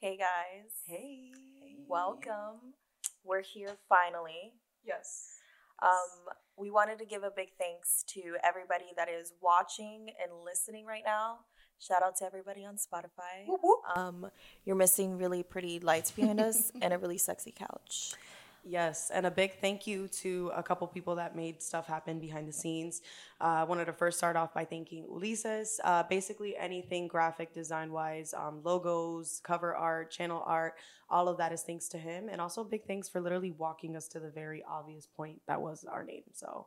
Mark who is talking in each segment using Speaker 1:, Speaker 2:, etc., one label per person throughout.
Speaker 1: Hey guys.
Speaker 2: Hey.
Speaker 1: Welcome. We're here finally.
Speaker 2: Yes.
Speaker 1: Um, we wanted to give a big thanks to everybody that is watching and listening right now. Shout out to everybody on Spotify.
Speaker 2: Whoop, whoop.
Speaker 1: Um, you're missing really pretty lights behind us and a really sexy couch.
Speaker 2: Yes, and a big thank you to a couple people that made stuff happen behind the scenes. Uh, I wanted to first start off by thanking Ulises. Uh, basically, anything graphic design wise, um, logos, cover art, channel art, all of that is thanks to him. And also, big thanks for literally walking us to the very obvious point that was our name. So,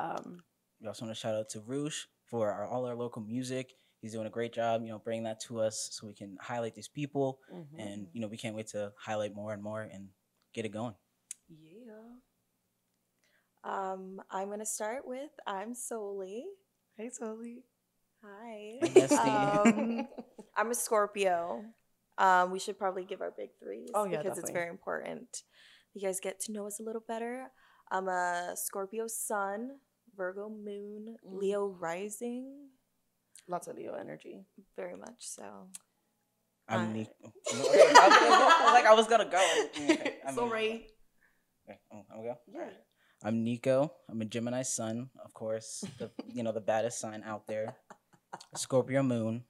Speaker 2: um,
Speaker 3: We also want to shout out to Roosh for our, all our local music. He's doing a great job, you know, bringing that to us so we can highlight these people.
Speaker 2: Mm-hmm.
Speaker 3: And, you know, we can't wait to highlight more and more and get it going.
Speaker 2: yeah.
Speaker 1: Um, I'm gonna start with I'm Soli.
Speaker 2: Hey, Sully.
Speaker 1: Hi.
Speaker 3: Hey, Misty.
Speaker 1: Um, I'm a Scorpio. Um, we should probably give our big threes
Speaker 2: Oh, yeah,
Speaker 1: because it's
Speaker 2: definitely.
Speaker 1: very important. You guys get to know us a little better. I'm a Scorpio sun, Virgo moon,
Speaker 2: Mm.
Speaker 1: Leo rising,
Speaker 2: Lots of Leo energy.
Speaker 1: very much so.
Speaker 3: I'm
Speaker 1: Hi.
Speaker 3: Nick. Okay, I was gonna go- like I was gonna go. Oh, Okay, I mean,
Speaker 2: Sorry.
Speaker 3: Okay, Oh, I'm I'm gonna go. I'm Nico. I'm a Gemini sun, of course. The you know the baddest sign out there. Scorpio moon.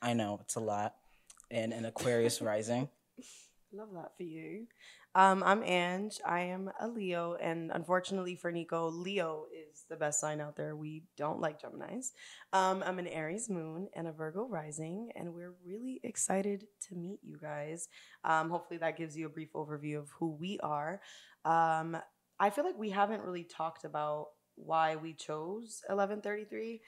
Speaker 3: I know it's a lot, and an Aquarius rising.
Speaker 2: Love that for you. Um, I'm Ange. I am a Leo, and unfortunately for Nico, Leo is the best sign out there. We don't like Gemini's. Um, I'm an Aries moon and a Virgo rising, and we're really excited to meet you guys. Um, hopefully, that gives you a brief overview of who we are. Um, I feel like we haven't really talked about why we chose 1133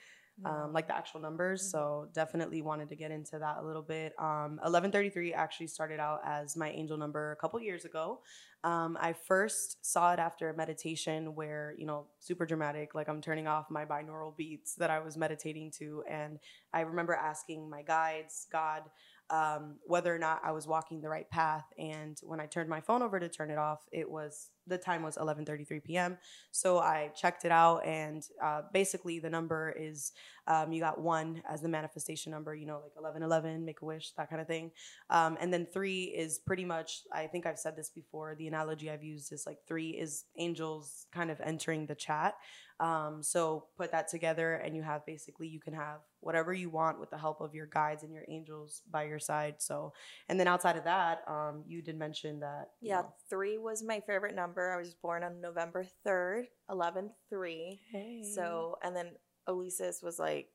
Speaker 2: um, like the actual numbers. So definitely wanted to get into that a little bit. Um, 1133 actually started out as my angel number a couple years ago. Um, I first saw it after a meditation where, you know, super dramatic, like I'm turning off my binaural beats that I was meditating to. And I remember asking my guides, God, um, whether or not I was walking the right path. And when I turned my phone over to turn it off, it was, the time was 11.33 p.m. So I checked it out and uh, basically the number is um, you got one as the manifestation number, you know, like 1111, make a wish, that kind of thing. Um, and then three is pretty much, I think I've said this before, the analogy I've used is like three is angels kind of entering the chat. Um, so put that together and you have basically, you can have whatever you want with the help of your guides and your angels by your side. So, and then outside of that, um, you did mention that. you
Speaker 1: yeah,
Speaker 2: know,
Speaker 1: three was my favorite number. I was born on November 3rd, 11 3.
Speaker 2: Mm.
Speaker 1: So, and then Elises was like,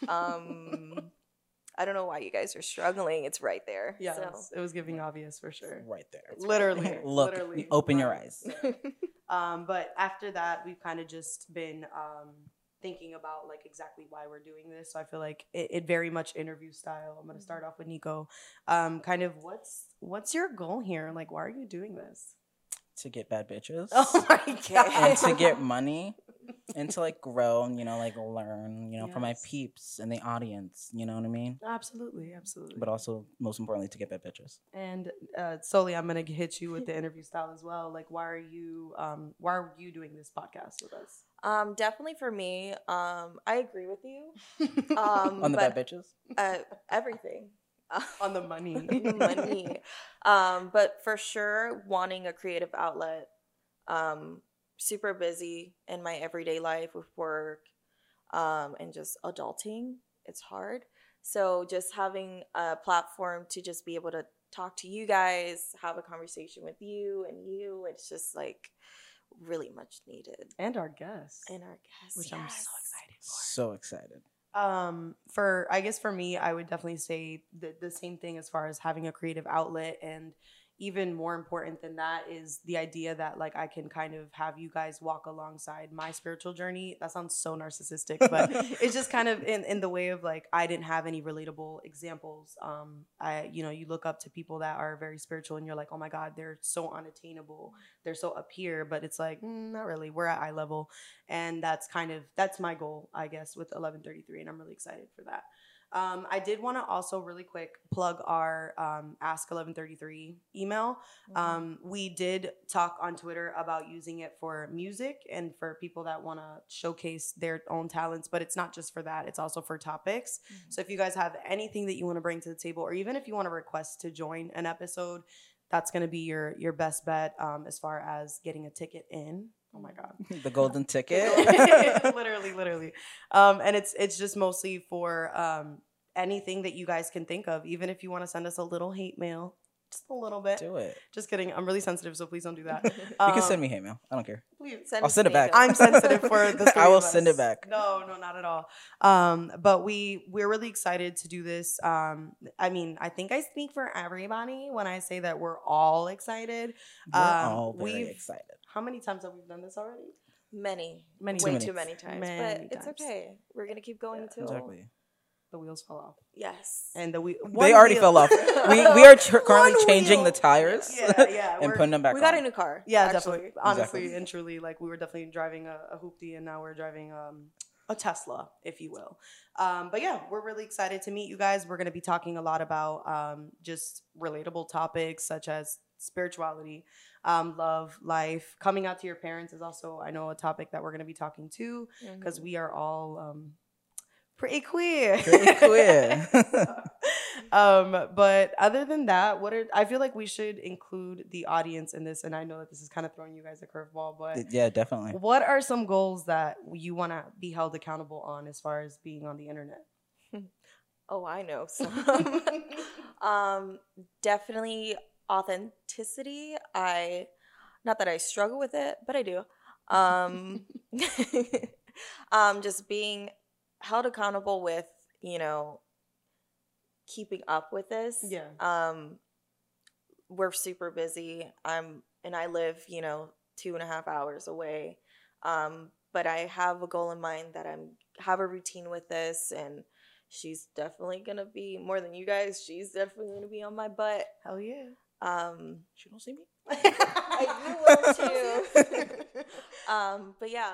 Speaker 1: um, I don't know why you guys are struggling. It's right there.
Speaker 2: Yes,
Speaker 1: So.
Speaker 2: it was giving obvious for sure.
Speaker 3: Right there.
Speaker 2: Literally,
Speaker 3: Look.
Speaker 2: literally,
Speaker 3: open your
Speaker 2: right.
Speaker 3: eyes.
Speaker 2: um, but after that, we've kind of just been um, thinking about like exactly why we're doing this. So I feel like it, it very much interview style. I'm gonna start off with Nico. Um, kind of what's what's your goal here? Like, why are you doing this?
Speaker 3: to get bad bitches
Speaker 2: my
Speaker 3: and to get money and to like grow and you know like learn you know from my
Speaker 2: Yes.
Speaker 3: peeps and the audience you know what i mean
Speaker 2: absolutely, absolutely.
Speaker 3: but also most importantly to get bad bitches
Speaker 2: and uh, solely, I'm gonna hit you with the interview style as well. Like, why are you um, why are you doing this podcast with us?
Speaker 1: Um, definitely for me, um, I agree with you.
Speaker 2: Mm,
Speaker 1: Um,
Speaker 3: on the
Speaker 1: but,
Speaker 3: bad bitches
Speaker 1: uh, everything.
Speaker 2: on the money.
Speaker 1: money. Um, but for sure, wanting a creative outlet. Um, super busy in my everyday life with work, um, and just adulting. It's hard. So just having a platform to just be able to talk to you guys, have a conversation with you and you. It's just like really much needed.
Speaker 2: and our guests,
Speaker 1: And our guests,
Speaker 2: which I'm so
Speaker 1: yes.
Speaker 2: excited for.
Speaker 3: so excited
Speaker 2: um for i guess for me i would definitely say the, the same thing as far as having a creative outlet and even more important than that is the idea that like i can kind of have you guys walk alongside my spiritual journey that sounds so narcissistic but it's just kind of in, in the way of like i didn't have any relatable examples um i you know you look up to people that are very spiritual and you're like oh my god they're so unattainable they're so up here but it's like mm, not really we're at eye level and that's kind of that's my goal i guess with 1133 and i'm really excited for that Um, I did want to also really quick plug our um, Ask 1133 email.
Speaker 1: Mm-hmm.
Speaker 2: Um, we did talk on Twitter about using it for music and for people that want to showcase their own talents, but it's not just for that, it's also for topics.
Speaker 1: Mhm.
Speaker 2: So if you guys have anything that you want to bring to the table, or even if you want to request to join an episode, that's going to be your your best bet um, as far as getting a ticket in. Oh my God.
Speaker 3: the golden ticket.
Speaker 2: literally, literally. Um, and it's it's just mostly for um, anything that you guys can think of, even if you want to send us a little hate mail, just a little bit.
Speaker 3: do it.
Speaker 2: Just kidding. I'm really sensitive, so please don't do that.
Speaker 3: you can
Speaker 2: Um,
Speaker 3: send me hate mail. I don't care.
Speaker 1: Send
Speaker 3: I'll
Speaker 1: us
Speaker 3: send it back.
Speaker 1: makeup.
Speaker 2: I'm sensitive for the.
Speaker 3: I
Speaker 2: three
Speaker 3: will
Speaker 2: of
Speaker 3: send it
Speaker 2: us.
Speaker 3: back.
Speaker 2: No, no, not at all. Um, but we we're really excited to do this. Um, I mean, I think I speak for everybody when I say that we're all excited.
Speaker 3: We're
Speaker 2: Um,
Speaker 3: all very
Speaker 2: we've-
Speaker 3: excited.
Speaker 2: How many times have we done this already?
Speaker 1: many,
Speaker 2: Many
Speaker 1: way
Speaker 3: times.
Speaker 1: too many times.
Speaker 2: Many
Speaker 1: but it's
Speaker 2: times.
Speaker 1: okay. We're gonna keep going
Speaker 2: Yeah.
Speaker 1: until
Speaker 3: Exactly.
Speaker 2: The wheels fell off,
Speaker 1: yes.
Speaker 2: and the we
Speaker 3: they already fell off. We we are tr- currently
Speaker 2: One
Speaker 3: changing the
Speaker 2: wheel.
Speaker 3: tires
Speaker 2: yeah, yeah,
Speaker 3: and
Speaker 2: we're-
Speaker 3: putting them back.
Speaker 1: we got
Speaker 3: on.
Speaker 1: a new car.
Speaker 2: Yeah,
Speaker 1: actually.
Speaker 2: definitely. Honestly
Speaker 3: Exactly.
Speaker 2: and truly, like we were definitely driving a, a hoopty, and now we're driving um, a Tesla, if you will. Um, but yeah, we're really excited to meet you guys. We're going to be talking a lot about um, just relatable topics such as spirituality, um, love, life. Coming out to your parents is also, I know, a topic that we're going to be talking to
Speaker 1: Mm-hmm.
Speaker 2: because we are all um, pretty queer.
Speaker 3: Pretty queer.
Speaker 2: um, but other than that, what are I feel like we should include the audience in this, and I know that this is kind of throwing you guys a curveball, but
Speaker 3: yeah, definitely.
Speaker 2: what are some goals that you want to be held accountable on as far as being on the internet?
Speaker 1: Oh, I know some. um, definitely authenticity. I, not that I struggle with it, but I do. Um, um, just being held accountable with, you know, keeping up with this.
Speaker 2: yeah,
Speaker 1: Um, we're super busy. I'm and I live, you know, two and a half hours away. Um, but I have a goal in mind that I'm have a routine with this, and she's definitely gonna be more than you guys. She's definitely gonna be on my butt.
Speaker 2: hell yeah.
Speaker 1: Um,
Speaker 3: She don't see me.
Speaker 2: I
Speaker 1: do want um, but yeah,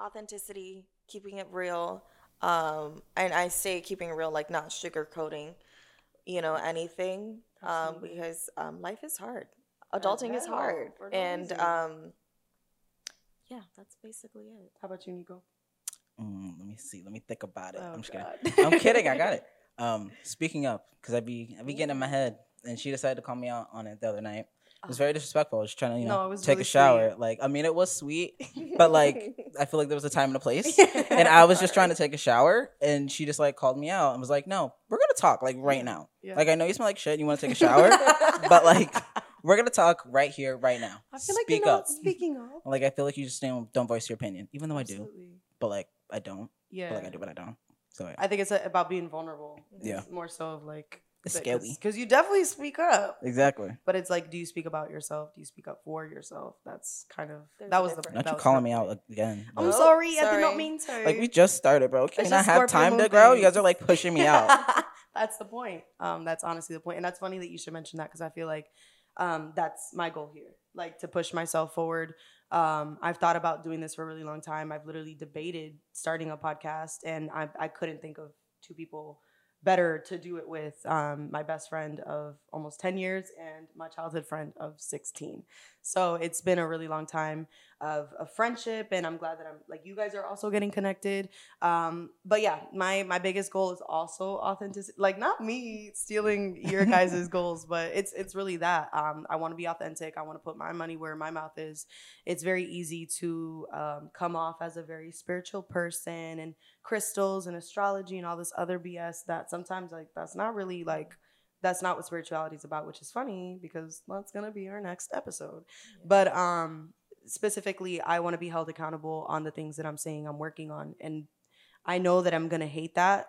Speaker 1: authenticity, keeping it real. Um, and I say keeping it real, like not sugarcoating, you know, anything. Um,
Speaker 2: Absolutely.
Speaker 1: because um, life is hard. Adulting is
Speaker 2: hell,
Speaker 1: hard.
Speaker 2: for no
Speaker 1: And
Speaker 2: reason.
Speaker 1: um, yeah, that's basically it.
Speaker 2: How about you, Nico?
Speaker 3: Mm, let me see. Let me think about it.
Speaker 2: Oh,
Speaker 3: I'm just kidding.
Speaker 2: God.
Speaker 3: I'm kidding. I got it. Um, speaking up, because I be I be getting in my head, and she decided to call me out on it the other night. It was very disrespectful. I was trying to you
Speaker 2: Oh. No,
Speaker 3: know
Speaker 2: it was
Speaker 3: take
Speaker 2: really
Speaker 3: a shower.
Speaker 2: sweet.
Speaker 3: Like I mean, it was sweet, but like I feel like there was a time and a place.
Speaker 2: and
Speaker 3: and I was just trying to take a shower, and she just like called me out and was like, "No, we're gonna talk like right now.
Speaker 2: Yeah.
Speaker 3: Like I know you smell like shit, and you want to take a shower, but like we're gonna talk right here, right now.
Speaker 2: I feel like
Speaker 3: Speak
Speaker 2: you're not
Speaker 3: up.
Speaker 2: speaking up.
Speaker 3: Like I feel like you just don't, don't voice your opinion, even though I do,
Speaker 2: Absolutely.
Speaker 3: but like I don't,
Speaker 2: Yeah.
Speaker 3: but like I do, but I don't. So
Speaker 2: I think it's uh, about being vulnerable.
Speaker 3: Yeah.
Speaker 2: It's more so of like
Speaker 3: It's scary.
Speaker 2: because you definitely speak up,
Speaker 3: exactly.
Speaker 2: but it's like, do you speak about yourself? Do you speak up for yourself? That's kind of
Speaker 1: There's
Speaker 2: that
Speaker 1: a
Speaker 2: was the
Speaker 1: difference.
Speaker 3: Not
Speaker 2: that
Speaker 3: you
Speaker 2: was
Speaker 3: calling
Speaker 2: the-
Speaker 3: me out again.
Speaker 2: I'm
Speaker 3: though.
Speaker 1: Oh,
Speaker 2: sorry, I did not
Speaker 1: sorry.
Speaker 2: mean to.
Speaker 3: like we just started, bro. Can
Speaker 2: It's
Speaker 3: I
Speaker 2: just
Speaker 3: have
Speaker 2: Scorpio
Speaker 3: time to
Speaker 2: moon
Speaker 3: grow? You
Speaker 2: things.
Speaker 3: guys are like pushing me out.
Speaker 2: that's the point. Um, that's honestly the point, and that's funny that you should mention that because I feel like um, that's my goal here, like to push myself forward. Um, I've thought about doing this for a really long time. I've literally debated starting a podcast, and I, I couldn't think of two people better to do it with. Um, my best friend of almost ten years and my childhood friend of sixteen. So it's been a really long time of a friendship, and I'm glad that I'm like you guys are also getting connected um but yeah my my biggest goal is also authenticity like not me stealing your guys' goals but it's it's really that um i want to be authentic i want to put my money where my mouth is it's very easy to um, come off as a very spiritual person and crystals and astrology and all this other bs that sometimes like that's not really like that's not what spirituality is about which is funny because that's gonna be our next episode but um specifically i want to be held accountable on the things that i'm saying i'm working on and i know that i'm going to hate that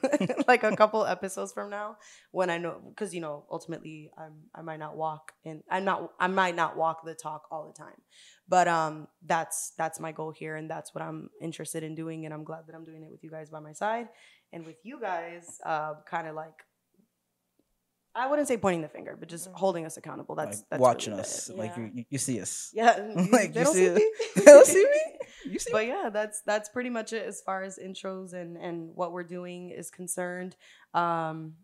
Speaker 2: like a couple episodes from now when i know because you know ultimately i'm i might not walk and i'm not i might not walk the talk all the time but um that's that's my goal here and that's what i'm interested in doing and i'm glad that i'm doing it with you guys by my side and with you guys uh, kind of like I wouldn't say pointing the finger, but just
Speaker 1: Mhm.
Speaker 2: holding us accountable. That's
Speaker 3: Mm-hmm. like
Speaker 2: that's
Speaker 3: watching
Speaker 2: really what it
Speaker 3: us.
Speaker 2: is.
Speaker 1: it.
Speaker 3: Like you, you, you see us.
Speaker 2: Yeah, you-
Speaker 3: Like,
Speaker 2: they
Speaker 3: you
Speaker 2: don't see
Speaker 3: see
Speaker 2: me.
Speaker 3: They don't see me. You see.
Speaker 2: but yeah, that's that's pretty much it as far as intros and and what we're doing is concerned. Um,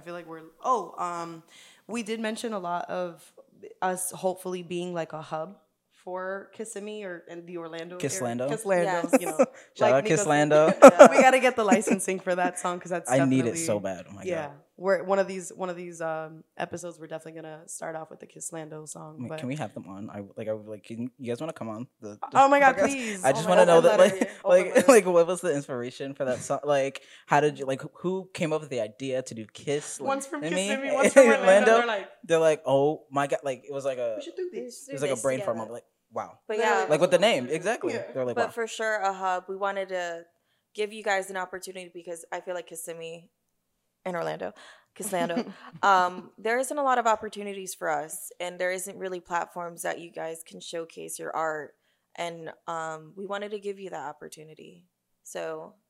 Speaker 2: I feel like we're oh um, we did mention a lot of us hopefully being like a hub for Kissimmee or in the Orlando area-
Speaker 3: Kisslando.
Speaker 2: Kisslando,
Speaker 1: Yes.
Speaker 2: you know.
Speaker 3: Shout
Speaker 2: like
Speaker 3: out
Speaker 2: Nico's-
Speaker 3: Kisslando.
Speaker 1: Yeah.
Speaker 2: we got to get the licensing for that song because that's
Speaker 3: I need it
Speaker 2: definitely-
Speaker 3: so bad. Oh my
Speaker 2: yeah,
Speaker 3: god.
Speaker 2: we're one of these one of these um, episodes. We're definitely gonna start off with the Kisslando song.
Speaker 3: I mean,
Speaker 2: but
Speaker 3: can we have them on? I like. I would like. Can you guys want to come on? The, the
Speaker 2: oh my god,
Speaker 3: podcast?
Speaker 2: please!
Speaker 3: I
Speaker 2: Oh
Speaker 3: just
Speaker 2: my
Speaker 3: want to
Speaker 2: God,
Speaker 3: know
Speaker 2: open
Speaker 3: that,
Speaker 2: letter.
Speaker 3: like,
Speaker 2: Open
Speaker 3: like,
Speaker 2: letter.
Speaker 3: like, what was the inspiration for that song? Like, how did you, like, who came up with the idea to do Kiss? Like,
Speaker 2: One's from
Speaker 3: I mean,
Speaker 2: Kissimmee, one's from Orlando. They're like,
Speaker 3: They're like, oh my god, like it was like a,
Speaker 2: we should do
Speaker 1: We
Speaker 2: this.
Speaker 1: should
Speaker 3: it
Speaker 1: do
Speaker 3: was like a
Speaker 1: this
Speaker 3: brain fart
Speaker 1: together.
Speaker 3: moment. Like, wow,
Speaker 1: But
Speaker 2: Literally.
Speaker 1: yeah,
Speaker 3: like with the name
Speaker 2: Yeah.
Speaker 3: exactly.
Speaker 2: Yeah.
Speaker 3: They're like,
Speaker 1: but
Speaker 3: wow.
Speaker 1: for sure a hub we wanted to give you guys an opportunity because i feel like kissimmee and orlando Kissimmee, um, there isn't a lot of opportunities for us and there isn't really platforms that you guys can showcase your art and um, we wanted to give you that opportunity so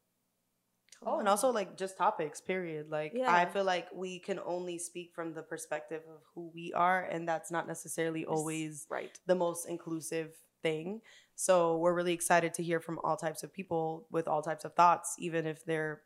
Speaker 2: Oh, and also like just topics, period. Like I
Speaker 1: Yeah.
Speaker 2: feel like we can only speak from the perspective of who we are, and that's not necessarily always
Speaker 1: right
Speaker 2: the most inclusive thing. So we're really excited to hear from all types of people with all types of thoughts, even if they're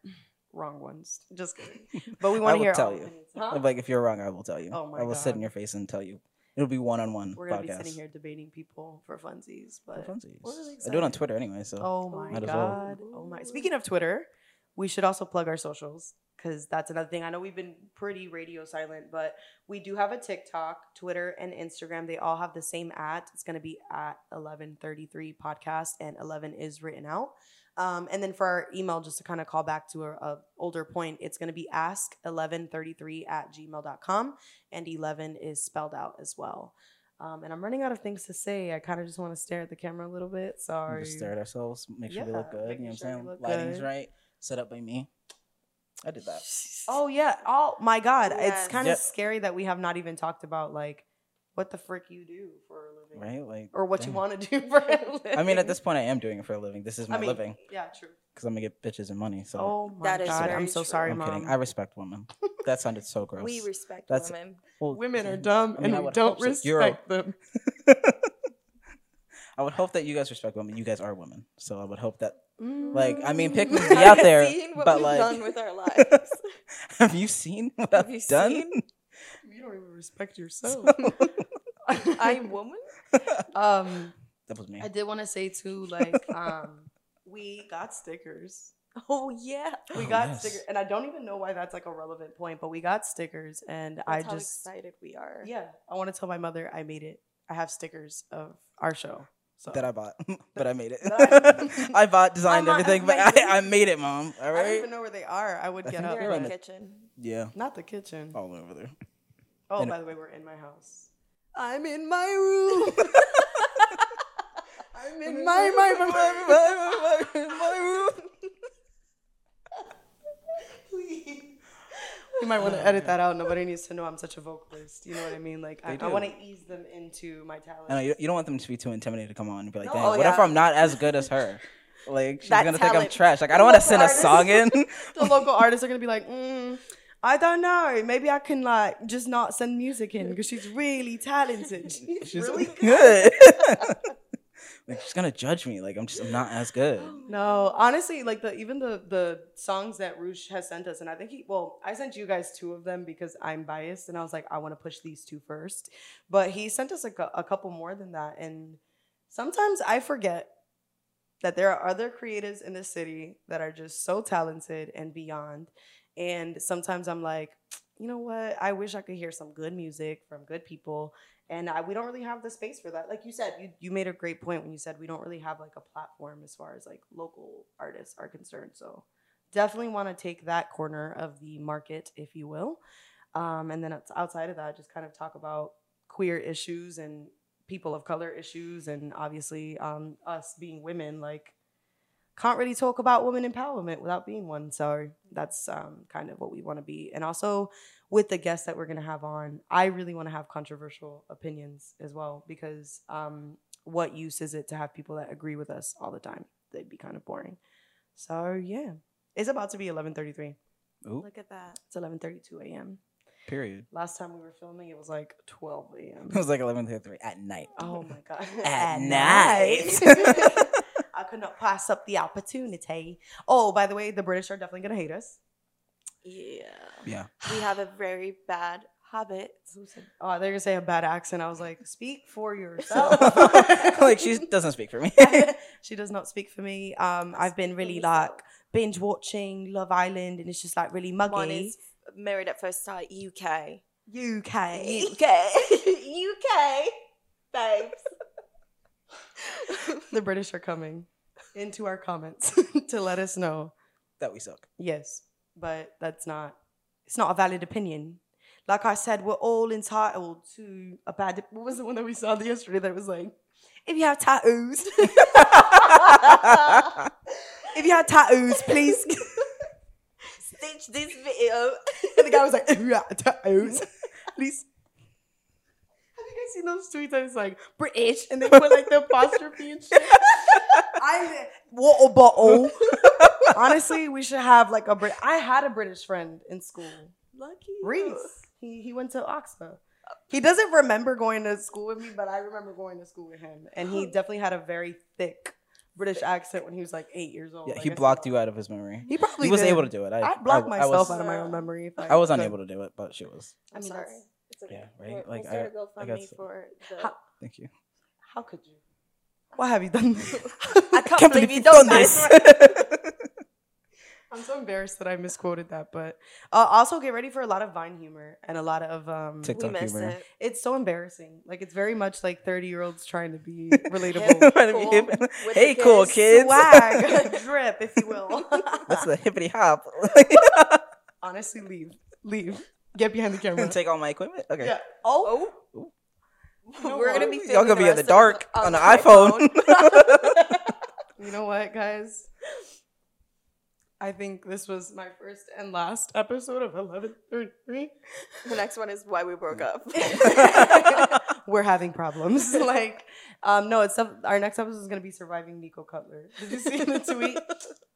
Speaker 2: wrong ones. Just kidding. But we
Speaker 3: I
Speaker 2: want to
Speaker 3: will
Speaker 2: hear
Speaker 3: tell
Speaker 2: all
Speaker 1: Oh,
Speaker 3: you.
Speaker 2: opinions.
Speaker 3: I'm like, if you're wrong, I will tell you.
Speaker 2: Oh my
Speaker 3: I will sit
Speaker 2: God.
Speaker 3: in your face and tell you. It'll be one on one
Speaker 2: We're gonna be
Speaker 3: podcast.
Speaker 2: sitting here debating people for funsies,
Speaker 3: For
Speaker 2: but
Speaker 3: funsies.
Speaker 2: we're really
Speaker 3: I do it on
Speaker 2: excited.
Speaker 3: Twitter anyway, so
Speaker 2: Oh my
Speaker 3: Might as well.
Speaker 2: god. Oh my. Speaking of Twitter, we should also plug our socials because that's another thing. I know we've been pretty radio silent, but we do have a TikTok, Twitter, and Instagram. They all have the same at. It's going to be at 1133 podcast, and 11 is written out. Um, and then for our email, just to kind of call back to a, a older point, it's going to be ask1133 at gmail.com, and 11 is spelled out as well. Um, and I'm running out of things to say. I kind of just want to stare at the camera a little bit.
Speaker 3: we
Speaker 2: Sorry.
Speaker 3: just stare at ourselves, make sure we look
Speaker 2: Yeah,
Speaker 3: good. You know
Speaker 2: making
Speaker 3: what I'm
Speaker 2: sure we
Speaker 3: saying?
Speaker 2: look
Speaker 3: Lighting's
Speaker 2: good.
Speaker 3: right. Set up by me. I did that.
Speaker 2: Oh yeah. Oh my god.
Speaker 1: Yes.
Speaker 2: It's kind of
Speaker 3: Yep.
Speaker 2: scary that we have not even talked about like what the frick you do for a living.
Speaker 3: Right? Like
Speaker 2: Or what you
Speaker 3: damn.
Speaker 2: want to do for a living.
Speaker 3: I mean, at this point, I am doing it for a living. This is my
Speaker 2: I mean,
Speaker 3: living
Speaker 2: Yeah, true.
Speaker 3: because I'm gonna get bitches and money. So
Speaker 2: oh my
Speaker 1: That is
Speaker 2: god.
Speaker 1: very
Speaker 2: I'm so
Speaker 1: true.
Speaker 2: sorry,
Speaker 3: I'm
Speaker 2: mom.
Speaker 3: kidding. I respect women. That sounded so gross.
Speaker 1: we respect
Speaker 3: That's-
Speaker 1: women
Speaker 3: Well,
Speaker 2: Women are
Speaker 3: damn.
Speaker 2: dumb
Speaker 3: I mean, I
Speaker 2: and we
Speaker 3: would
Speaker 2: don't
Speaker 3: hope so. You're a-
Speaker 2: respect them.
Speaker 3: I would hope that you guys respect women. You guys are women, so I would hope that. Like, I mean, pick
Speaker 2: pick
Speaker 3: me
Speaker 1: Have
Speaker 3: out
Speaker 1: you
Speaker 3: there,
Speaker 1: seen what
Speaker 3: but,
Speaker 1: we've
Speaker 3: like-
Speaker 1: done with our lives
Speaker 3: Have you seen what
Speaker 1: Have
Speaker 3: I've
Speaker 1: you
Speaker 3: done?
Speaker 1: seen?
Speaker 2: You don't even respect yourself.
Speaker 1: i'm woman
Speaker 2: um
Speaker 3: That was me.
Speaker 2: I did want to say too, like, um, we got stickers.
Speaker 1: oh yeah
Speaker 2: We
Speaker 3: Oh,
Speaker 2: got
Speaker 3: yes.
Speaker 2: stickers, and I don't even know why that's like a relevant point, but we got stickers, and I
Speaker 1: That's how
Speaker 2: just
Speaker 1: excited we are
Speaker 2: Yeah, I want to tell my mother I made it. I have stickers of our show. So
Speaker 3: That I bought, but I made it.
Speaker 2: that I-
Speaker 3: I bought, designed
Speaker 2: I'm-
Speaker 3: everything, but
Speaker 2: I'm-
Speaker 3: I, I made it, mom. All
Speaker 2: I don't even
Speaker 3: right.
Speaker 2: know where they are. I would
Speaker 3: I
Speaker 2: get
Speaker 3: think
Speaker 2: up.
Speaker 1: you're in the
Speaker 2: but-
Speaker 1: kitchen
Speaker 3: Yeah,
Speaker 2: Not the kitchen. Oh,
Speaker 3: all over there. in
Speaker 2: by the way, we're in my house. I'm in my room. I'm in my my my my my, my, my, my room. Please. You might want to edit that out. Nobody needs to know I'm such a vocalist. You know what I mean? Like, I,
Speaker 3: They
Speaker 2: I
Speaker 3: do.
Speaker 2: want to ease them into my talent.
Speaker 3: I know you, you don't want them to be too intimidated to come on and be like,
Speaker 2: No.
Speaker 3: "Dang,
Speaker 2: Oh,
Speaker 3: what if
Speaker 2: yeah.
Speaker 3: I'm not as good as her? Like she's
Speaker 1: That
Speaker 3: gonna think I'm
Speaker 1: talent.
Speaker 3: trash. Like I don't want to
Speaker 2: Local
Speaker 3: send a
Speaker 2: artist.
Speaker 3: song in.
Speaker 2: the local artists are gonna be like, mm, I don't know. Maybe I can like just not send music in because she's really talented. She's,
Speaker 3: She's
Speaker 2: really good.
Speaker 3: good. like she's gonna judge me. Like I'm just I'm not as good.
Speaker 2: No, honestly, like the even the the songs that Roosh has sent us, and I think he well, I sent you guys two of them because I'm biased, and I was like, I want to push these two first, but he sent us a, cou- a couple more than that, and sometimes I forget that there are other creatives in the city that are just so talented and beyond, and sometimes I'm like, you know what? I wish I could hear some good music from good people, and I, we don't really have the space for that. Like you said, you, you made a great point when you said we don't really have like a platform as far as like local artists are concerned. So definitely want to take that corner of the market, if you will. Um, and then it's outside of that, just kind of talk about queer issues and people of color issues, and obviously um, us being women, like can't really talk about women empowerment without being one. So that's um, kind of what we want to be. And also with the guests that we're going to have on, I really want to have controversial opinions as well because um, what use is it to have people that agree with us all the time? They'd be kind of boring. So yeah, it's about to be 11:33.
Speaker 3: Ooh,
Speaker 1: look at that
Speaker 2: It's 11:32 a.m.
Speaker 3: Period.
Speaker 2: Last time we were filming, it was like 12 a.m.
Speaker 3: It was like 11 to 3 at night.
Speaker 2: Oh my god!
Speaker 3: At night.
Speaker 2: I could not pass up the opportunity. Oh, by the way, the British are definitely gonna hate us.
Speaker 1: Yeah.
Speaker 3: Yeah.
Speaker 1: We have a very bad habit.
Speaker 2: Who said- Oh, they're gonna say a bad accent. I was like, speak for yourself. Oh.
Speaker 3: like she doesn't speak for me.
Speaker 2: she does not speak for me. Um, I've been really
Speaker 1: Speak for yourself.
Speaker 2: like binge watching Love Island, and it's just like really muggy.
Speaker 1: One is Married at First Sight UK.
Speaker 2: UK.
Speaker 1: UK. Thanks.
Speaker 2: the British are coming into our comments to let us know.
Speaker 3: that we suck.
Speaker 2: Yes, but that's not. It's not a valid opinion. Like I said, we're all entitled to a bad. What was the one that we saw yesterday that was like, if you have tattoos, if you have tattoos, please.
Speaker 1: Stitch this video.
Speaker 2: and the guy was like, if you have tattoos, please. Have you guys seen those tweets that it's like British and they put like the apostrophe and shit? I water bottle. Honestly, we should have like a Brit. I had a British friend in school.
Speaker 1: Lucky.
Speaker 2: Reese. He he went to Oxford. He doesn't remember going to school with me, but I remember going to school with him, and he definitely had a very thick British accent when he was like eight years old.
Speaker 3: Yeah, he blocked you out of his memory.
Speaker 2: Oh He probably
Speaker 3: He was
Speaker 2: did.
Speaker 3: able to do it. I,
Speaker 2: I blocked
Speaker 3: I- I
Speaker 2: myself
Speaker 3: was-
Speaker 2: out of my own memory. If I,
Speaker 3: I was unable to do it, but she was.
Speaker 1: I'm
Speaker 2: I mean,
Speaker 1: sorry.
Speaker 2: that's-
Speaker 1: It's okay.
Speaker 3: Yeah, right?
Speaker 1: We're-
Speaker 3: Like,
Speaker 1: we'll start
Speaker 3: I-
Speaker 1: a GoFundMe
Speaker 3: I got some-
Speaker 1: for the.
Speaker 2: Ha-
Speaker 3: Thank you.
Speaker 2: How could you? What have you done?
Speaker 1: I can't, believe you
Speaker 3: you've
Speaker 1: don't know.
Speaker 2: I'm so embarrassed that I misquoted that, but uh, also get ready for a lot of Vine humor and a lot of um.
Speaker 3: Tik-
Speaker 1: We
Speaker 3: TikTok
Speaker 1: missed
Speaker 3: humor.
Speaker 1: it.
Speaker 2: It's so embarrassing. Like it's very much like 30 year olds trying to be
Speaker 1: Yeah.
Speaker 2: relatable.
Speaker 1: Cool.
Speaker 3: Hip-
Speaker 1: With
Speaker 3: hey,
Speaker 1: the
Speaker 3: cool
Speaker 1: kids.
Speaker 3: kids.
Speaker 2: swag, drip, if you will.
Speaker 3: That's the hippity hop.
Speaker 2: Honestly, leave, leave. Get behind the camera.
Speaker 3: Take all my equipment. Okay.
Speaker 2: Yeah.
Speaker 1: Oh.
Speaker 3: Oh.
Speaker 1: We're gonna be
Speaker 3: Y'all
Speaker 1: filming
Speaker 3: gonna be in
Speaker 1: rest
Speaker 3: the
Speaker 1: of
Speaker 3: dark
Speaker 1: us
Speaker 3: on the iPhone.
Speaker 2: You know what, guys? I think this was my first and last episode of 1133.
Speaker 1: the next one is why we broke up.
Speaker 2: We're having problems. like, um, no, it's our next episode is gonna be surviving Nico Cutler. Did you see the tweet?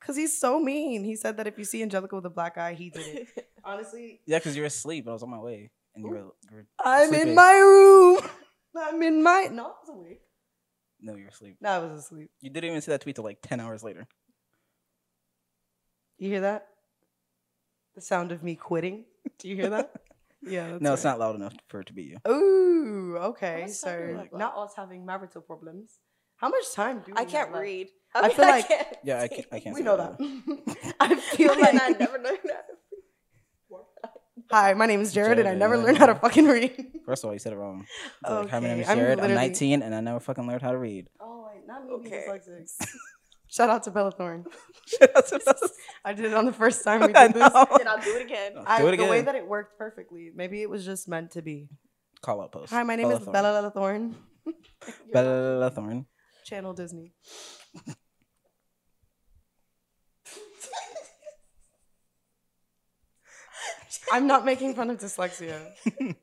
Speaker 2: Cause he's so mean. He said that if you see Angelica with a black eye, he did it. Honestly,
Speaker 3: Yeah, because you were asleep. I was on my way, and you were, you were
Speaker 2: I'm in
Speaker 3: Sleeping.
Speaker 2: my room. I'm in my. No, I was awake.
Speaker 3: no, you were asleep.
Speaker 2: No, I was asleep.
Speaker 3: You didn't even see that tweet till like ten hours later.
Speaker 2: You hear that? The sound of me quitting. Do you hear that? yeah. That's
Speaker 3: no, it's
Speaker 2: right.
Speaker 3: not loud enough for it to be you.
Speaker 2: Ooh. Okay.
Speaker 1: much time do we have
Speaker 2: So
Speaker 1: left?
Speaker 2: not us having marital problems. How much time do we
Speaker 1: I
Speaker 2: have
Speaker 1: can't
Speaker 2: left?
Speaker 1: read.
Speaker 2: I feel like-
Speaker 1: can't
Speaker 3: Yeah, I
Speaker 1: see.
Speaker 3: can't. I can't
Speaker 2: We
Speaker 3: see
Speaker 2: know
Speaker 3: that.
Speaker 2: that. I feel
Speaker 1: But I
Speaker 2: like.
Speaker 1: never learned that.
Speaker 2: Hi, my name is Jared, and I
Speaker 3: Jared,
Speaker 2: never
Speaker 3: yeah.
Speaker 2: learned how to fucking read.
Speaker 3: First of all, you said it wrong. It's Like, hi, my name is
Speaker 2: Okay, I'm
Speaker 3: Jared. I'm,
Speaker 2: literally-
Speaker 3: 19, and I never fucking learned how to read.
Speaker 2: Oh wait, not me
Speaker 1: Okay.
Speaker 2: being dyslexic. Shout out to Bella Thorne. I did it on the first time we
Speaker 3: I
Speaker 2: did this.
Speaker 3: know.
Speaker 1: And I'll do it again.
Speaker 3: Do
Speaker 2: I,
Speaker 3: it
Speaker 2: The way
Speaker 3: again.
Speaker 2: that it worked perfectly. Maybe it was just meant to be.
Speaker 3: Call out post.
Speaker 2: Hi, my name is
Speaker 3: Thorne.
Speaker 2: Bella Lella Thorne.
Speaker 3: Bella Thorne.
Speaker 2: Channel Disney. I'm not making fun of dyslexia.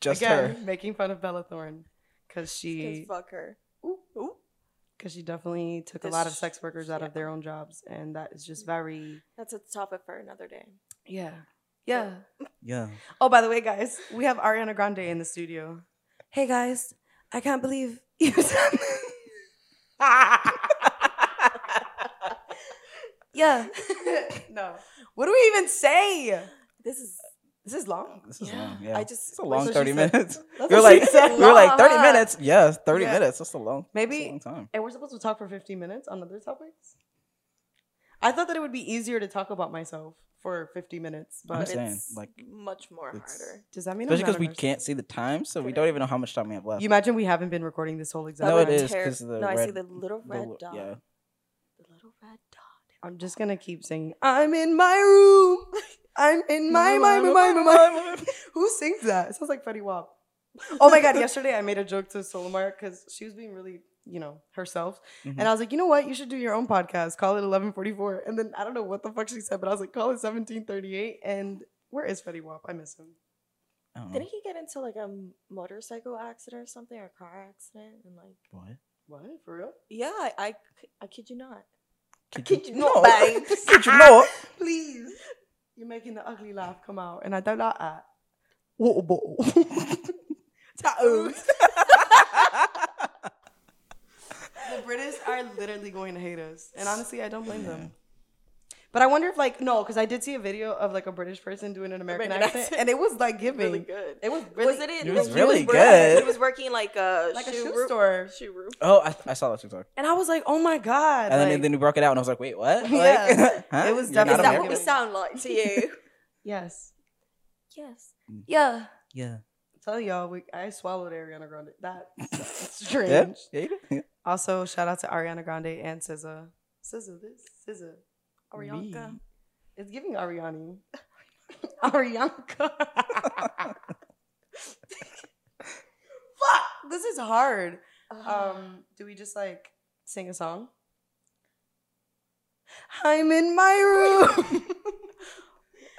Speaker 3: Just
Speaker 2: Again,
Speaker 3: her.
Speaker 2: making fun of Bella Thorne because
Speaker 1: 'Cause
Speaker 2: she
Speaker 1: fuck her.
Speaker 2: because she definitely took
Speaker 1: This-
Speaker 2: a lot of sex workers out
Speaker 1: yeah.
Speaker 2: of their own jobs, and that is just very
Speaker 1: That's a topic for another day.
Speaker 2: yeah yeah.
Speaker 3: Yeah.
Speaker 2: Oh, by the way, guys, we have Ariana Grande in the studio. Hey, guys, I can't believe you. yeah. no. What do we even say?
Speaker 1: This is
Speaker 2: This is long.
Speaker 3: This is
Speaker 1: Yeah,
Speaker 3: long. Yeah.
Speaker 1: I just-
Speaker 3: It's a
Speaker 1: wait,
Speaker 3: long
Speaker 2: so she
Speaker 3: 30
Speaker 2: said-
Speaker 3: minutes.
Speaker 2: That's
Speaker 3: You're
Speaker 2: what she
Speaker 3: like,
Speaker 2: said.
Speaker 3: you're like 30
Speaker 1: long.
Speaker 3: minutes. Yes, 30
Speaker 2: Yeah.
Speaker 3: minutes. That's a long.
Speaker 2: Maybe-
Speaker 3: That's a long time.
Speaker 2: And we're supposed to talk for 15 minutes on other topics? I thought that it would be easier to talk about myself for 50 minutes,
Speaker 1: but
Speaker 2: but
Speaker 3: saying,
Speaker 1: it's
Speaker 3: like,
Speaker 1: much more
Speaker 3: it's-
Speaker 1: harder.
Speaker 2: does that mean
Speaker 3: Especially
Speaker 2: I'm
Speaker 3: because we can't see the time, so we don't even know how much time we have left.
Speaker 2: You imagine we haven't been recording this whole exact
Speaker 3: No, it
Speaker 2: time.
Speaker 1: would
Speaker 3: is
Speaker 1: tear-
Speaker 3: 'cause of the
Speaker 1: No, I see
Speaker 3: red-
Speaker 1: the little
Speaker 3: The
Speaker 1: red
Speaker 3: lo-
Speaker 1: dot.
Speaker 3: Yeah.
Speaker 1: The little red dot.
Speaker 2: I'm just gonna keep singing. I'm in my room. I'm in my my my my my. my. Who sings that? It sounds like Freddie Wap. Oh my god! Yesterday I made a joke to Solomar because she was being really, you know, herself, and I was like, you know what? You should do your own podcast. Call it 11:44, and then I don't know what the fuck she said, but I was like, call it 17:38. And where is Freddie Wap? I miss him.
Speaker 3: I don't know.
Speaker 1: Didn't he get into like a m- motorcycle accident or something, or a car accident, and like?
Speaker 3: What?
Speaker 2: What for real?
Speaker 1: Yeah, I, I, c- I kid you not.
Speaker 3: Could
Speaker 1: kid you not, babes.
Speaker 3: Could you not?
Speaker 2: uh, Please, you're making the ugly laugh come out, and I don't like that. water bottle. Tattoos. the British are literally going to hate us, and honestly, I don't blame them. But I wonder if like no, because I did see a video of like a British person doing an American,
Speaker 1: American
Speaker 2: accent,
Speaker 1: accent.
Speaker 2: and it was like giving.
Speaker 1: really good.
Speaker 2: It was really
Speaker 1: was it in?
Speaker 3: It was
Speaker 1: he
Speaker 3: really
Speaker 1: working-
Speaker 3: good.
Speaker 1: He was working like a
Speaker 2: like a
Speaker 1: shoe
Speaker 2: shoe
Speaker 1: roo-
Speaker 2: store.
Speaker 1: Shoe room.
Speaker 3: Oh, I, I saw that TikTok.
Speaker 2: And I was like, oh my god!
Speaker 3: And then,
Speaker 2: like-
Speaker 3: then he broke it out, and I was like, wait, what? Like,
Speaker 2: Yeah.
Speaker 3: huh?
Speaker 2: It was
Speaker 3: You're
Speaker 1: Is that
Speaker 2: definitely-
Speaker 3: not
Speaker 1: what
Speaker 3: American?
Speaker 1: we sound like to you?
Speaker 2: yes,
Speaker 1: yes.
Speaker 3: Mm.
Speaker 1: Yeah.
Speaker 3: Yeah.
Speaker 2: tell y'all, we, I swallowed Ariana Grande. That that's
Speaker 3: Yeah.
Speaker 2: strange.
Speaker 3: Yeah, you did. Yeah.
Speaker 2: Also, shout out to Ariana Grande and SZA. SZA, this SZA,
Speaker 3: Me.
Speaker 2: Arianka. It's giving Ariani. Arianka. Fuck, this is hard. Um, do we just like sing a song? I'm in my room.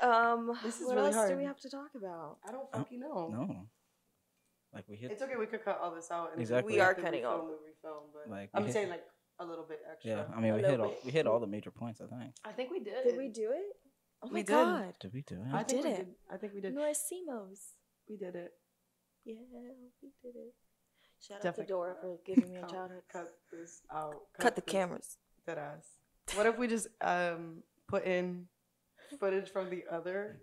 Speaker 1: Um,
Speaker 2: This is
Speaker 1: what
Speaker 2: really
Speaker 1: else do
Speaker 2: hard.
Speaker 1: we have to talk about?
Speaker 2: I don't fucking know.
Speaker 3: No. Like we hit.
Speaker 2: It's okay. We could cut all this out. And
Speaker 3: Exactly. We
Speaker 1: are
Speaker 2: have to
Speaker 1: cutting
Speaker 2: refilm,
Speaker 1: all-
Speaker 2: we refilm, but
Speaker 3: Like, we
Speaker 2: I'm
Speaker 3: hit-
Speaker 2: saying like a little bit extra.
Speaker 3: yeah, I mean,
Speaker 1: A
Speaker 3: we
Speaker 1: little
Speaker 3: hit all
Speaker 1: bit.
Speaker 3: we hit all the major points. I think.
Speaker 2: I think we did.
Speaker 1: Did we do it? Uh, Oh my
Speaker 2: We did.
Speaker 1: god.
Speaker 3: Did we do
Speaker 2: I
Speaker 3: it?
Speaker 1: I
Speaker 2: think
Speaker 1: did
Speaker 2: we
Speaker 1: it.
Speaker 2: Did, I think we did.
Speaker 1: Noesimos.
Speaker 2: We did it.
Speaker 1: Yeah, we did it. Shout out
Speaker 2: Definitely.
Speaker 1: to Dora for giving me a
Speaker 2: Cut,
Speaker 1: childhood. Cut,
Speaker 2: cut this out.
Speaker 1: the
Speaker 2: this-
Speaker 1: cameras.
Speaker 2: That ass. What if we just um put in footage from the other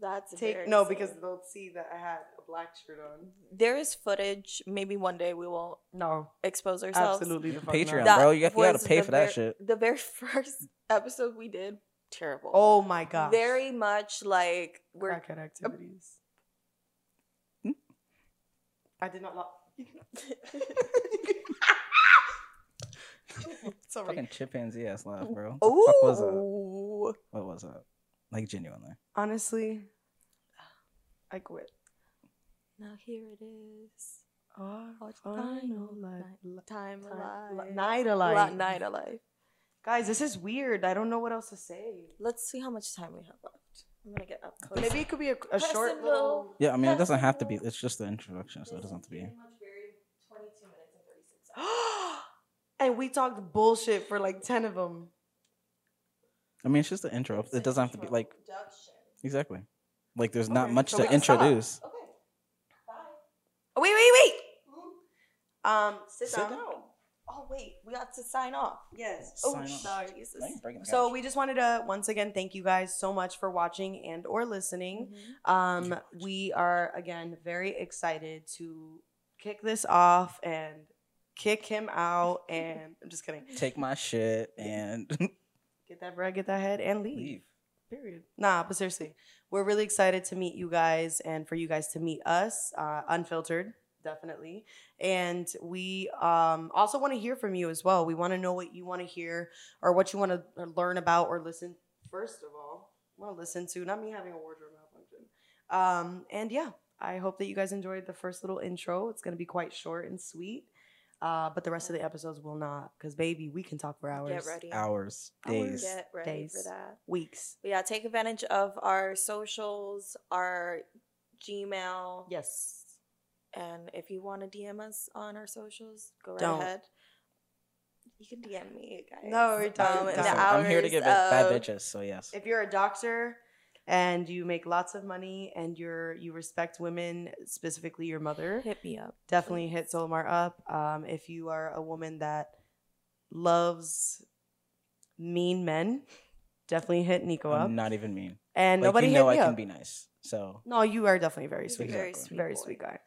Speaker 1: That's
Speaker 2: take? No, because they'll see that I had a black shirt on.
Speaker 1: there is footage. Maybe one day we will
Speaker 2: No,
Speaker 1: expose ourselves.
Speaker 2: absolutely the fuck
Speaker 3: Patreon.
Speaker 2: not.
Speaker 3: That- bro. You got- you gotta
Speaker 1: was
Speaker 3: pay
Speaker 1: the
Speaker 3: for that
Speaker 1: ver-
Speaker 3: shit.
Speaker 1: The very first episode we did, terrible.
Speaker 2: Oh my god.
Speaker 1: very much like we're
Speaker 2: crackhead activities. Hmm?
Speaker 3: Hmm?
Speaker 2: I did not lock. Sorry.
Speaker 3: Fucking chimpanzee ass laugh, bro. What the fuck was that?
Speaker 1: oh
Speaker 3: What was that? Like genuinely.
Speaker 2: Honestly, I quit.
Speaker 1: now here it is
Speaker 2: Our
Speaker 1: final
Speaker 2: li-
Speaker 1: time,
Speaker 2: time-
Speaker 1: alive
Speaker 2: li- night alive.
Speaker 1: La- night alive
Speaker 2: Guys, this is weird. I don't know what else to say.
Speaker 1: let's see how much time we have left I'm gonna get up close
Speaker 2: Maybe it could be a, a short
Speaker 1: Personal.
Speaker 2: little.
Speaker 3: Yeah, I mean, it doesn't have to be. It's just the introduction, so it doesn't have to be.
Speaker 2: and we talked bullshit for like 10 of them.
Speaker 3: I mean, it's just the intro. It doesn't have to be like exactly. Like there's not
Speaker 2: Okay,
Speaker 3: much
Speaker 2: so we
Speaker 3: to
Speaker 2: can stop.
Speaker 3: introduce.
Speaker 1: Oh, wait wait wait
Speaker 2: Um, sit,
Speaker 3: Sit
Speaker 2: down.
Speaker 3: down.
Speaker 1: Hmm? oh wait we got to sign off
Speaker 2: Yes.
Speaker 1: oh
Speaker 3: Sign off.
Speaker 1: sorry Jesus.
Speaker 3: Now you're breaking the
Speaker 2: So
Speaker 3: couch.
Speaker 2: we just wanted to once again thank you guys so much for watching and or listening. Um, we are again very excited to kick this off and kick him out. And I'm just kidding.
Speaker 3: take my shit and
Speaker 2: Get that bread, get that head, and leave.
Speaker 3: leave.
Speaker 2: Period. Nah, but seriously, we're really excited to meet you guys and for you guys to meet us, uh, unfiltered, definitely. And we um, also want to hear from you as well. We want to know what you want to hear or what you want to learn about or listen. First of all, want to listen to not me having a wardrobe malfunction. Um, and yeah, I hope that you guys enjoyed the first little intro. It's gonna be quite short and sweet. Uh, but the rest of the episodes will not, because baby, we can talk for hours,
Speaker 1: get ready
Speaker 3: Hours,
Speaker 2: Hours.
Speaker 3: days.
Speaker 1: get ready
Speaker 2: Days.
Speaker 1: for that
Speaker 2: weeks.
Speaker 1: But yeah take advantage of our socials our Gmail
Speaker 2: Yes.
Speaker 1: And if you want to DM us on our socials, go right
Speaker 2: Don't.
Speaker 1: ahead. You can DM me, guys.
Speaker 2: No, we're done.
Speaker 1: Um, in
Speaker 2: Don't.
Speaker 1: the
Speaker 3: I'm here to
Speaker 1: hours
Speaker 3: give it bad
Speaker 1: of-
Speaker 3: bitches, so yes.
Speaker 2: if you're a doctor and you make lots of money and you're you respect women specifically your mother
Speaker 1: Hit me up.
Speaker 2: definitely hit solomar up um, if you are a woman that loves mean men definitely hit nico up
Speaker 3: I'm not even mean.
Speaker 2: and
Speaker 3: Like,
Speaker 2: nobody
Speaker 3: you
Speaker 2: hit
Speaker 3: know I
Speaker 2: me
Speaker 3: can
Speaker 2: up.
Speaker 3: be nice. So
Speaker 2: no you are definitely very
Speaker 1: He's
Speaker 2: sweet
Speaker 1: a very
Speaker 3: Exactly.
Speaker 1: sweet,
Speaker 2: very
Speaker 1: boy.
Speaker 2: sweet guy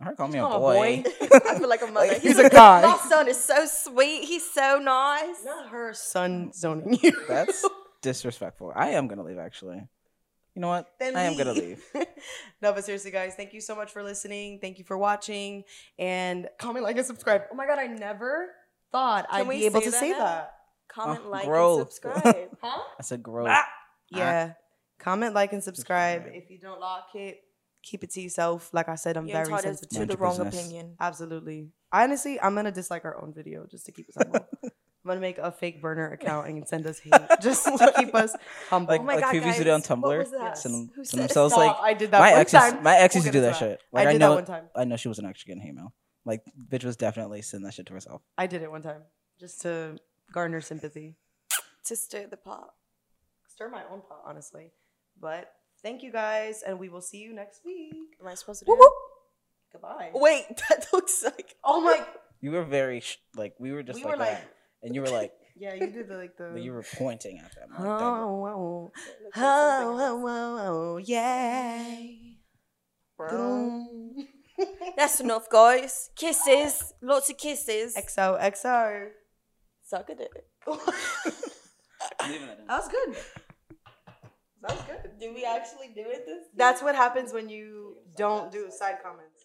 Speaker 3: I heard call me a
Speaker 2: Call him a
Speaker 3: boy.
Speaker 1: I feel like a mother.
Speaker 2: he's a guy.
Speaker 1: My son is so sweet. He's so nice.
Speaker 2: not her son zoning you
Speaker 3: That's disrespectful. I am gonna leave actually. You know what?
Speaker 2: then
Speaker 3: I am gonna leave.
Speaker 2: no but seriously guys thank you so much for listening thank you for watching and comment like and subscribe oh my god i never thought
Speaker 1: Can
Speaker 2: i'd
Speaker 1: we
Speaker 2: be able
Speaker 1: say
Speaker 2: to
Speaker 1: that
Speaker 2: say
Speaker 1: now?
Speaker 2: that
Speaker 1: Comment,
Speaker 3: Oh,
Speaker 1: like, and
Speaker 3: growth.
Speaker 1: subscribe.
Speaker 2: huh
Speaker 3: I said gross.
Speaker 2: Ah, Yeah. Comment, like, and subscribe.
Speaker 3: Subscribe.
Speaker 2: If you don't like it, keep it to yourself. Like I said, I'm
Speaker 1: You're
Speaker 2: very
Speaker 1: entitled
Speaker 2: sensitive.
Speaker 1: to
Speaker 3: Mind
Speaker 1: the
Speaker 3: your
Speaker 1: wrong
Speaker 3: business.
Speaker 1: opinion.
Speaker 2: Absolutely. Honestly, I'm gonna dislike our own video just to keep us humble. I'm gonna make a fake burner account and send us hate just to keep us humble.
Speaker 3: Like,
Speaker 1: Oh my
Speaker 3: like
Speaker 1: God,
Speaker 3: people used to do on
Speaker 1: guys, what was
Speaker 3: Tumblr.
Speaker 1: that?
Speaker 3: Send,
Speaker 1: Who
Speaker 3: send
Speaker 1: said-
Speaker 3: themselves
Speaker 2: Stop, I
Speaker 3: like
Speaker 2: did that
Speaker 3: my
Speaker 2: one
Speaker 3: exes.
Speaker 2: time.
Speaker 3: My exes
Speaker 2: We'll
Speaker 3: do
Speaker 2: get
Speaker 3: that
Speaker 2: into
Speaker 3: shit. Like I,
Speaker 2: I did that
Speaker 3: know.
Speaker 2: one time.
Speaker 3: I know she was an extra getting hate mail. Like bitch was definitely sending that shit to herself.
Speaker 2: I did it one time just to garner sympathy.
Speaker 1: To stir the pot.
Speaker 2: Stir my own pot, honestly. But Thank you guys, and we will see you next week.
Speaker 1: Am I supposed to do
Speaker 2: Whoop, whoop. Goodbye.
Speaker 1: it? Wait, that looks like.
Speaker 2: Oh my.
Speaker 3: You were very sh- like we were just
Speaker 2: we
Speaker 3: like,
Speaker 2: were like.
Speaker 3: that, and you were like
Speaker 2: Yeah, you did the, like the.
Speaker 3: you were pointing at them.
Speaker 2: Oh,
Speaker 3: Like, that.
Speaker 2: oh, oh,
Speaker 1: It looks like
Speaker 2: oh,
Speaker 1: something
Speaker 2: oh, oh, oh, yeah.
Speaker 1: Bro.
Speaker 2: Boom.
Speaker 1: That's enough, guys. Kisses. Lots of kisses.
Speaker 2: XO, XO.
Speaker 1: Suck a dick.
Speaker 3: I'm leaving that in.
Speaker 2: That was good. That was good.
Speaker 1: Did we actually do it this
Speaker 2: That's what happens when you don't do side comments.